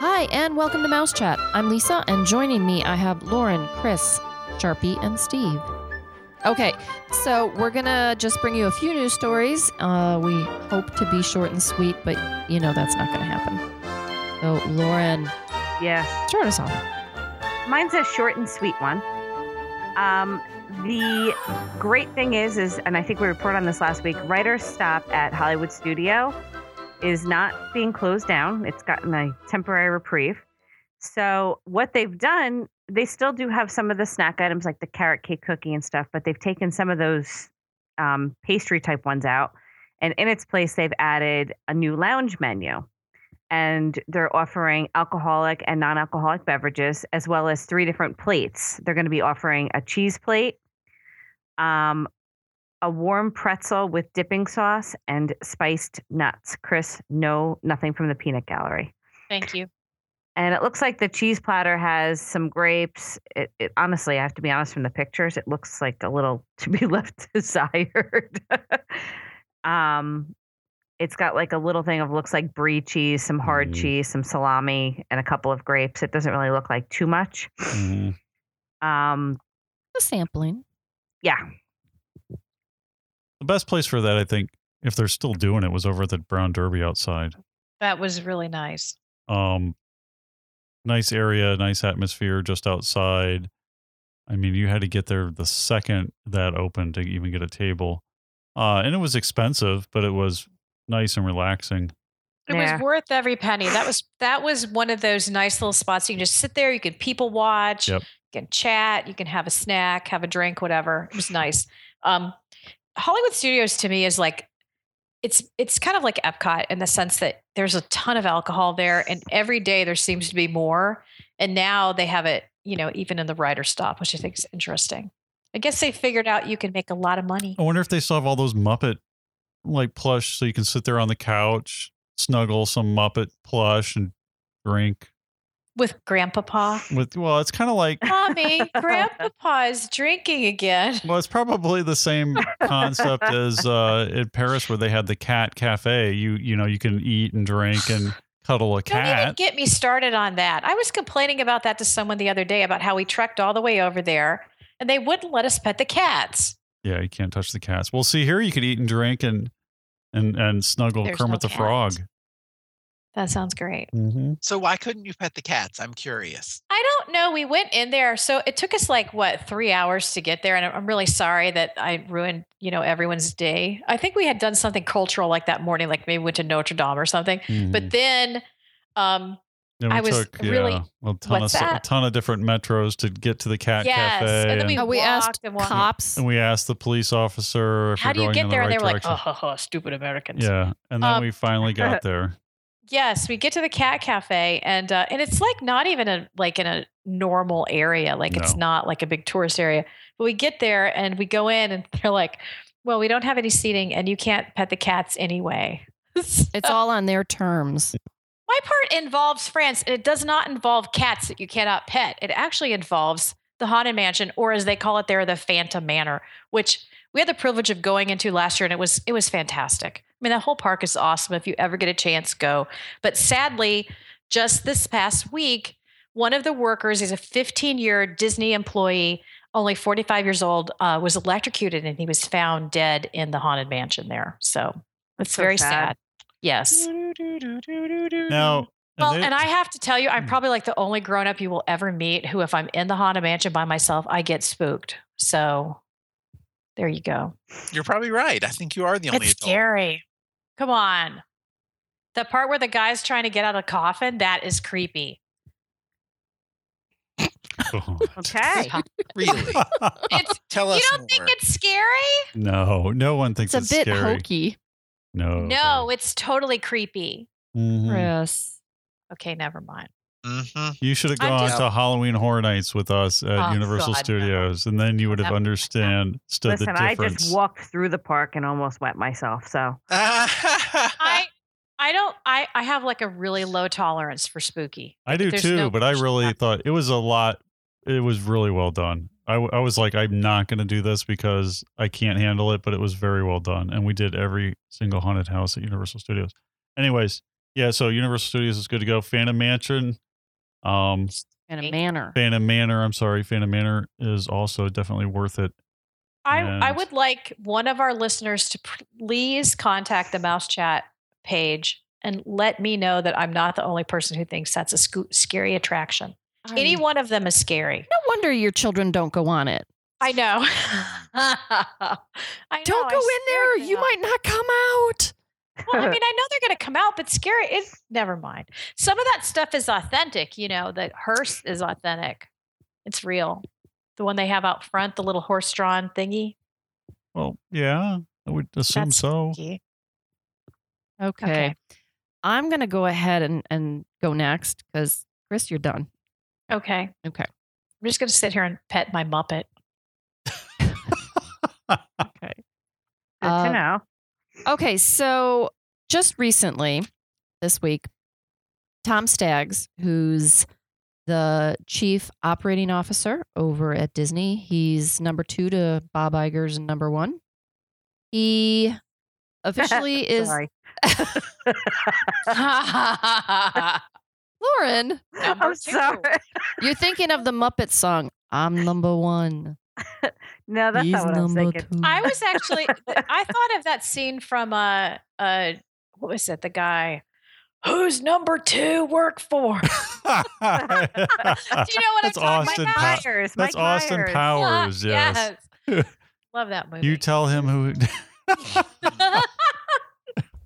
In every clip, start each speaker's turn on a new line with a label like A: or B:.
A: Hi, and welcome to Mouse Chat. I'm Lisa, and joining me, I have Lauren, Chris, Sharpie, and Steve. Okay, so we're gonna just bring you a few news stories. Uh, we hope to be short and sweet, but you know that's not gonna happen. So, Lauren,
B: Yes.
A: start us off.
B: Mine's a short and sweet one. Um, the great thing is, is, and I think we reported on this last week. Writer's Stop at Hollywood Studio is not being closed down. It's gotten a temporary reprieve. So what they've done, they still do have some of the snack items like the carrot cake cookie and stuff, but they've taken some of those um, pastry type ones out, and in its place, they've added a new lounge menu. and they're offering alcoholic and non-alcoholic beverages as well as three different plates they're going to be offering a cheese plate um, a warm pretzel with dipping sauce and spiced nuts chris no nothing from the peanut gallery
A: Thank you.
B: and it looks like the cheese platter has some grapes it, it honestly i have to be honest from the pictures it looks like a little to be left desired um it's got like a little thing of looks like brie cheese some hard
C: Mm-hmm.
D: Mm.
B: cheese some salami and a couple of grapes it doesn't really look like too much
C: Mm.
D: Mhm.
B: um
A: A sampling.
B: yeah
D: The best place for that, I think, if they're still doing it, was over at the Brown Derby outside.
C: That was really nice.
D: Um, nice area, nice atmosphere just outside. I mean, you had to get there the second that opened to even get a table. Uh, and it was expensive, but it was nice and relaxing.
C: It
B: Yeah.
C: was worth every penny. That was that was one of those nice little spots you can just sit there, you can people watch,
D: Yep.
C: you can chat, you can have a snack, have a drink, whatever. It was nice. Um Hollywood Studios to me is like it's it's kind of like Epcot in the sense that there's a ton of alcohol there and every day there seems to be more. And now they have it, you know, even in the writer stop, which I think is interesting. I guess they figured out you can make a lot of money.
D: I wonder if they still have all those Muppet like plush so you can sit there on the couch, snuggle some Muppet plush and drink
C: with grandpapa.
D: with well, it's kind of like
C: Mommy, grandpapa is drinking again.
D: well, it's probably the same concept as uh in Paris where they had the cat cafe. You you know, you can eat and drink and cuddle a
C: Don't even
D: cat.
C: get me started on that. I was complaining about that to someone the other day about how we trekked all the way over there and they wouldn't let us pet the cats.
D: Yeah, you can't touch the cats. Well, see here you could eat and drink and and and snuggle
C: There's no
D: Kermit the
C: cat.
D: Frog.
C: That sounds great.
D: Mm-hmm.
E: So why couldn't you pet the cats? I'm curious.
C: I don't know. We went in there. So it took us like what, three hours to get there. And I'm- I'm really sorry that I ruined, you know, everyone's day. I think we had done something cultural like that morning, like maybe went to Notre Dame or something.
D: Mm.
C: But then um
D: mm-hmm. Then we
C: I was
D: took,
C: really-
D: yeah, a ton
C: what's
D: of a
C: that?
D: ton of different metros to get to the cat
C: yes.
D: cafe.
C: And then we,
A: Oh, we
C: walked
A: asked
C: and walked.
A: Cops.
D: And we asked the police officer if
C: How
D: we're
C: do you
D: going
C: get
D: in
C: there?
D: the
C: and they
D: right
C: were
D: direction.
C: like, oh, ha, ha, stupid Americans.
D: yeah, and then
C: Um,
D: we finally got there.
C: Yes, we get to the cat cafe, and uh, and it's like not even a like in a normal area. Like it's
D: No.
C: not like a big tourist area. But we get there and we go in, and they're like, "Well, we don't have any seating, and you can't pet the cats anyway."
A: It's all on their terms.
C: My part involves France, and it does not involve cats that you cannot pet. It actually involves the Haunted Mansion, or as they call it there, the Phantom Manor, which we had the privilege of going into last year, and it was it was fantastic. I mean, that whole park is awesome. If you ever get a chance, go. But sadly, just this past week, one of the workers is a 15 year Disney employee, only 45 years old, uh, was electrocuted, and he was found dead in the Haunted Mansion there. So it's
B: So
C: very
B: sad.
C: sad. Yes.
D: Now,
C: Well,
D: they-
C: and I have to tell you, I'm
D: Hmm.
C: probably like the only grown up you will ever meet who, if I'm in the Haunted Mansion by myself, I get spooked. So there you go.
E: You're probably right. I think you are the only
C: it's
E: adult.
C: scary. Come on. The part where the guy's trying to get out of the coffin, that is creepy.
D: Oh,
B: okay
E: Really?
C: It's,
E: Tell us
C: you don't
E: more.
C: think it's scary?
D: no, no one
A: It's
D: thinks
A: a
D: it's,
A: bit
D: scary.
A: hokey.
D: No,
C: No, it's totally creepy.
A: Mm-hmm.
D: Mhm.
A: Chris.
C: Okay, never mind.
E: hmm
D: You should have
C: I'm
D: gone
E: just-
D: to Halloween Horror Nights with us at
C: Oh,
D: Universal
C: God, no.
D: Studios, and then you would have
C: That-
D: understand stood
B: listen
D: the
B: i
D: difference.
B: just walked through the park and almost wet myself so
C: I I don't I, I have like a really low tolerance for spooky.
D: I do
C: There's
D: too,
C: no
D: but I
C: question
D: really
C: about
D: thought it was a lot. It was really well done. I, w- I was like, I'm not going to do this because I can't handle it, but it was very well done. And we did every single haunted house at Universal Studios. Anyways, yeah, so Universal Studios is good to go. Phantom Mansion, Um,
A: in a manner.
D: Phantom Manor, I'm sorry, Phantom Manor is also definitely worth it.
C: I, I
D: And-
C: would like one of our listeners to please contact the Mouse Chat page and let me know that I'm not the only person who thinks that's a sco- scary attraction. Any one of them is scary.
A: No wonder your children don't go on it.
C: I know. I
A: Don't
C: know, I
A: go in
C: scared
A: there.
C: them.
A: You might not come out.
C: Well, I mean, I know they're going to come out, but scary. It, never mind. Some of that stuff is authentic. You know, the hearse is authentic. It's real. The one they have out front, the little horse-drawn thingy.
D: Well, yeah, I would assume
C: That's
D: so.
C: spooky.
A: Okay.
C: Okay.
A: I'm going to go ahead and, and go next because, Chris, you're done.
C: Okay.
A: Okay.
C: I'm just going to sit here and pet my Muppet.
A: Okay.
B: Good
A: Uh,
B: to know.
A: Okay, so just recently, this week, Tom Staggs, who's the chief operating officer over at Disney, he's number two to Bob Iger's number one. He officially is
B: Sorry.
A: Lauren.
C: Number
B: I'm
C: two.
B: sorry.
A: You're thinking of the Muppet song. I'm number one.
B: No, that's
A: he's
B: not what I was
A: number
B: thinking.
A: two.
C: I was actually, I thought of that scene from uh, uh, what was it? The guy who's number two work for. Do you know what
D: That's
C: I'm talking
D: Austin
C: about?
D: Pow-
B: Myers,
D: That's
B: Mike
D: Austin
B: Myers.
D: Powers. Yes.
C: Yes. Love that movie.
D: You tell him who.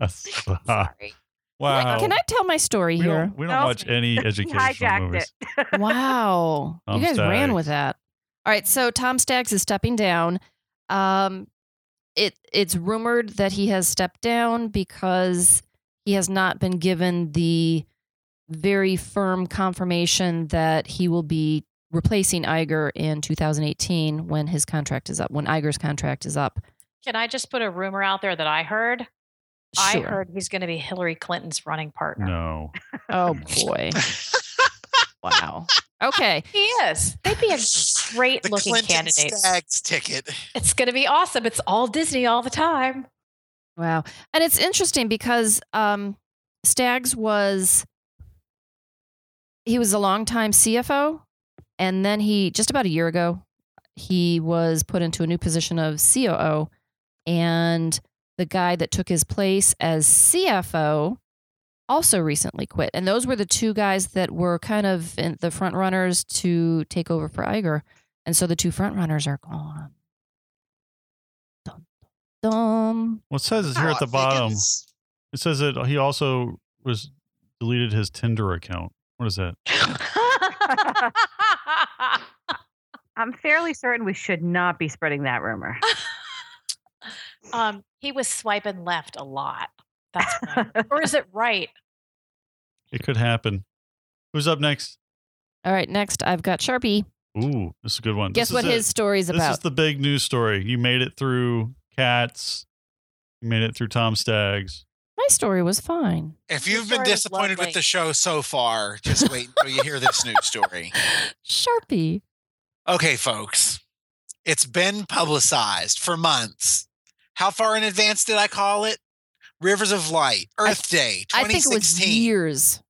D: Ah.
C: Sorry.
A: Can
D: wow.
A: I- Can I tell my story
D: We
A: here?
D: don't, we
B: No.
D: don't watch any
B: He
D: educational
B: hijacked
D: movies.
B: it.
A: wow.
D: Tom
A: you guys ran
D: Staggs.
A: with that. All right. So Tom Staggs is stepping down. Um, it it's rumored that he has stepped down because he has not been given the very firm confirmation that he will be replacing Iger in 2018 when his contract is up, when Iger's contract is up.
C: Can I just put a rumor out there that I heard? I
A: Sure.
C: heard he's going to be Hillary Clinton's running partner.
D: No.
A: Oh boy. Wow. Okay.
C: He is. They'd be a great
E: the
C: looking
E: Clinton
C: candidate.
E: Staggs ticket.
C: It's going to be awesome. It's all Disney all the time.
A: Wow. And it's interesting because um, Staggs was he was a longtime CFO and then he just about a year ago he was put into a new position of COO and the guy that took his place as CFO also recently quit. And those were the two guys that were kind of in the front runners to take over for Iger. And so the two front runners are gone. Dum, dum, dum.
D: Well, it says here
E: Oh,
D: at the bottom. It says that he also was deleted his Tinder account. What is that?
B: I'm fairly certain we should not be spreading that rumor.
C: um, he was swiping left a lot. That's what I heard. or is it right?
D: It could happen. Who's up next?
A: All right, next I've got Sharpie.
D: Ooh, this is a good one.
A: Guess
D: This
A: what
D: is it.
A: his story is
D: This
A: about?
D: is the big news story. You made it through cats. You made it through Tom Staggs.
A: My story was fine.
E: If
C: Your
E: you've been
C: story was
E: disappointed with
C: lovely.
E: the show so far, just wait until you hear this news story.
A: Sharpie.
E: Okay, folks, it's been publicized for months. How far in advance did I call it? Rivers of Light,
A: I-
E: Earth Day,
A: I think it was
E: 2016.
A: years.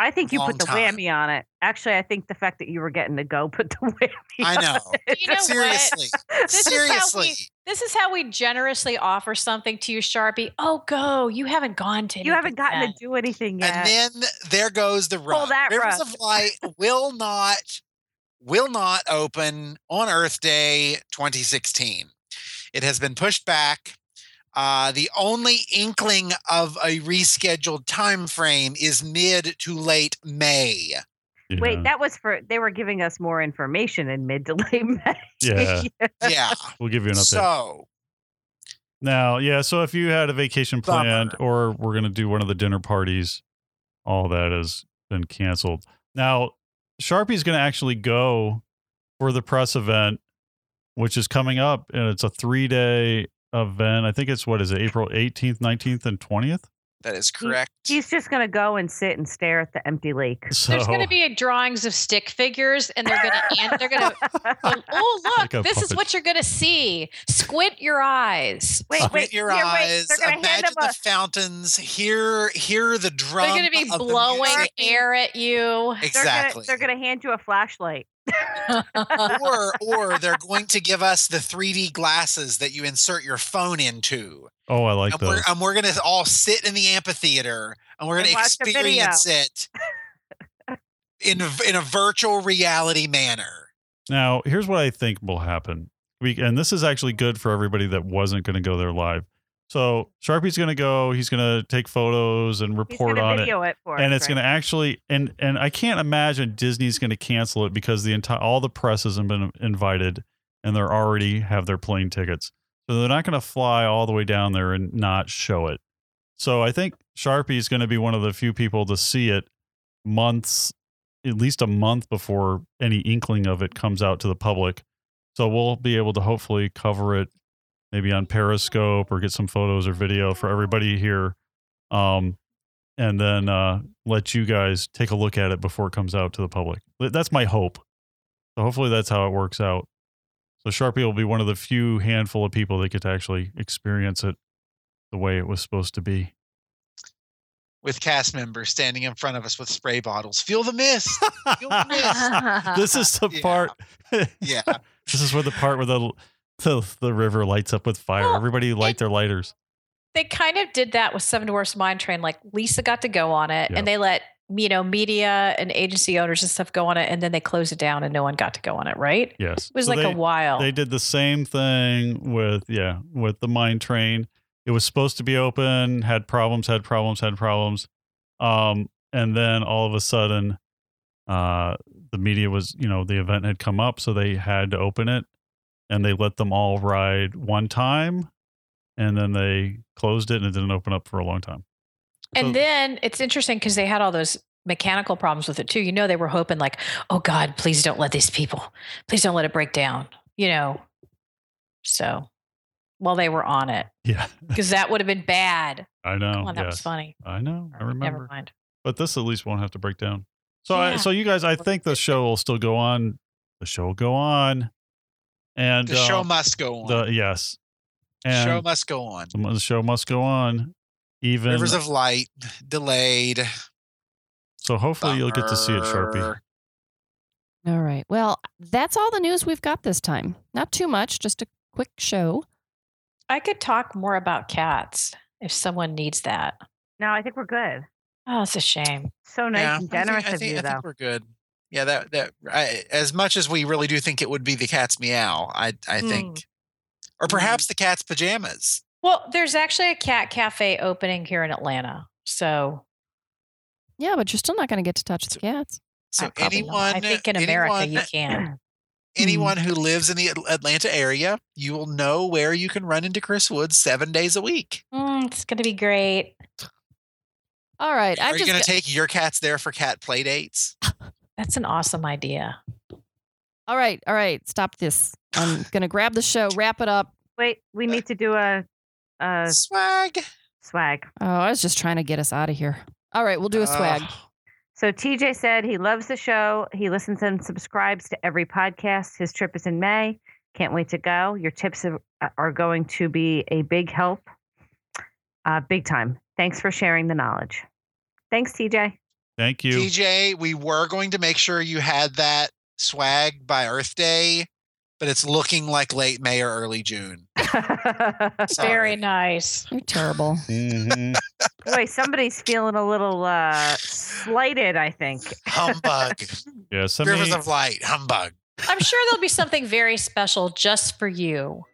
B: I think you put
E: Long
B: the
E: time.
B: whammy on it. Actually, I think the fact that you were getting to go put the whammy.
E: I
B: on
E: know.
B: it.
C: You know what?
E: Seriously.
C: This is how
E: Seriously.
C: we- This is how we generously offer something to you, Sharpie. Oh, go. You haven't gone to
B: You haven't gotten to
C: anything
B: do anything yet.
E: And then there goes the rug.
B: that
E: Rivers
B: rug.
E: of Light will not will not open on Earth Day 2016. It has been pushed back. Uh, the only inkling of a rescheduled time frame is mid to late May.
D: Yeah.
B: Wait, that was for they were giving us more information in mid to late May.
D: yeah,
E: Yeah.
D: we'll give you an update.
E: so
D: Now, yeah. So if you had a vacation
E: Bummer.
D: planned, or we're gonna do one of the dinner parties, all that has been canceled. Now, Sharpie's gonna actually go for the press event, which is coming up, and it's a three day event. I think it's what is it, April eighteenth, nineteenth, and twentieth.
E: That is correct.
B: He's just going to go and sit and stare at the empty lake.
D: So,
C: There's going to be drawings of stick figures, and they're going to and they're going to. Oh look!
D: Like a
C: this is
D: puppet.
C: what you're going to see. Squint your eyes.
B: Wait,
E: Squint
B: wait,
E: your
B: here,
E: eyes.
B: Wait, they're going to hand
E: Imagine
B: him
E: the
B: a.
E: fountains. Hear hear the drum.
C: They're going to be
E: of the
C: blowing
E: music.
C: air at you.
B: They're gonna-
E: Exactly.
B: They're going to hand you a flashlight.
E: or or they're going to give us the 3D glasses that you insert your phone into.
D: oh, I like
E: and, we're,
D: those.
E: and we're gonna all sit in the amphitheater and we're
B: And
E: gonna
B: watch the video.
E: experience it in a- in a virtual reality manner.
D: Now, here's what I think will happen. We and this is actually good for everybody that wasn't going to go there live. So Sharpie's going to go. He's going to take photos and
B: He's going
D: report
B: to
D: on it.
B: video it, for us.
D: and it's going to actually and and I can't imagine Disney's going to cancel it because the entire all the press has been invited and they're already have their plane tickets, so they're not going to fly all the way down there and not show it. So I think Sharpie's going to be one of the few people to see it months, at least a month before any inkling of it comes out to the public. So we'll be able to hopefully cover it maybe on Periscope or get some photos or video for everybody here. Um, and then uh, let you guys take a look at it before it comes out to the public. Th- That's my hope. So hopefully that's how it works out. So Sharpie will be one of the few handful of people that get to actually experience it the way it was supposed to be.
E: With cast members standing in front of us with spray bottles. Feel the mist. Feel the mist.
D: this is the
E: Yeah.
D: part.
E: Yeah.
D: This is where the part where the the, the river lights up with fire.
C: Well,
D: Everybody light
C: it-
D: their lighters.
C: they kind of did that with Seven Dwarfs Mine Train. Like Lisa got to go on it,
D: Yeah.
C: and they let you know media and agency owners and stuff go on it, and then they closed it down, and no one got to go on it. Right? It
D: Yes,
C: was
D: So
C: like
D: they-
C: a while.
D: They did the same thing with yeah, with the mine train. It was supposed to be open, had problems, had problems, had problems. Um and then all of a sudden uh the media was, you know, the event had come up so they had to open it and they let them all ride one time and then they closed it and it didn't open up for a long time.
C: And
D: So-
C: then it's interesting because they had all those mechanical problems with it too. You know, they were hoping like, oh God, please don't let these people, please don't let it break down. You know, so while they were on it,
D: Yeah.
C: because that would have been bad.
D: I know.
C: Come on, that was
D: Oh, yes.
C: funny.
D: I know. I remember.
C: Never mind.
D: but this at least won't have to break down. So, I,
C: Yeah.
D: so you guys, I think the show will still go on. The show will go on, and
E: The show
D: uh,
E: must go on.
D: the yes,
E: The show
D: and
E: must go on.
D: the mo- the show must go on. Even
E: Rivers of Light, delayed.
D: so, hopefully you'll get to see it, Sharpie.
E: Bummer.
A: All right. Well, that's all the news we've got this time. Not too much, just a quick show.
C: I could talk more about cats if someone needs that.
B: No, I think we're good.
C: Oh, it's a shame.
B: So nice
E: Yeah.
B: and generous
E: I think, I think,
B: of you,
E: I
B: though.
E: think we're good. Yeah, that that I, as much as we really do think it would be the cat's meow, I I think, or perhaps the cat's pajamas.
C: Well, there's actually a cat cafe opening here in Atlanta. So
A: Yeah, but you're still not going to get to touch the cats.
E: So
C: I probably
E: anyone,
C: not. I think in America
E: anyone,
C: you can.
E: anyone who lives in the At- Atlanta area, you will know where you can run into Chris Woods seven days a week.
C: Mm, it's going to be great.
A: All right. I
E: Are
A: just
E: you going to take your cats there for cat play dates?
C: That's an awesome idea.
A: All right. All right. Stop this. I'm going to grab the show, wrap it up.
B: Wait, we need to do a, a
E: Swag.
B: swag.
A: Oh, I was just trying to get us out of here. All right, we'll do a swag.
E: Ugh.
B: So TJ said he loves the show. He listens and subscribes to every podcast. His trip is in May. Can't wait to go. Your tips are- are going to be a big help, uh, big time. Thanks for sharing the knowledge. Thanks, TJ.
D: Thank you.
E: TJ, we were going to make sure you had that swag by Earth Day, but it's looking like late May or early June. Sorry.
C: Very nice.
A: You're terrible.
B: Boy, somebody's feeling a little uh, slighted. I think.
E: Humbug.
D: yeah, send
E: Rivers
D: me,
E: of Light. Humbug.
C: I'm sure there'll be something very special just for you.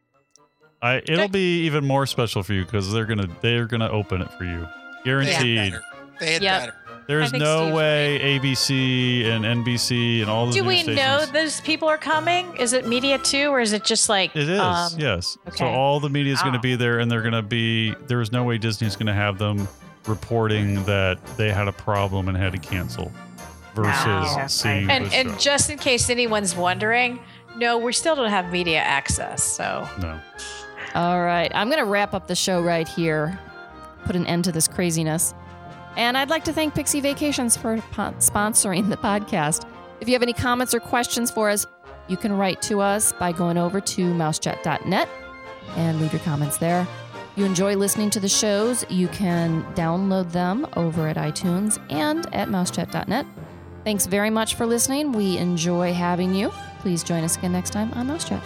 D: I, it'll be even more special for you because they're gonna they're gonna open it for you,
E: They had
D: guaranteed.
E: better. They had
C: Yep.
E: better.
D: There
C: I
D: is
C: think
D: no
C: Steve's
D: way ABC and NBC and all the
C: Do
D: news
C: we know
D: stations-
C: those people are coming? Is it media too, or is it just like
D: It is,
C: um,
D: yes. So
C: okay.
D: all the media is going to
B: Ah.
D: be there, and they're going to be. There is no way Disney's going to have them reporting that they had a problem and had to cancel, versus
B: Wow. Yeah,
D: seeing.
B: I-
C: And
D: the
C: and
D: show.
C: just in case anyone's wondering, no, we still don't have media access. So
D: no,
A: All right, I'm going to wrap up the show right here. put an end to this craziness. And I'd like to thank Pixie Vacations for po- sponsoring the podcast. If you have any comments or questions for us, you can write to us by going over to mousechat.net and leave your comments there. You enjoy listening to the shows, you can download them over at iTunes and at mousechat.net. Thanks very much for listening. We enjoy having you. Please join us again next time on Mousechat.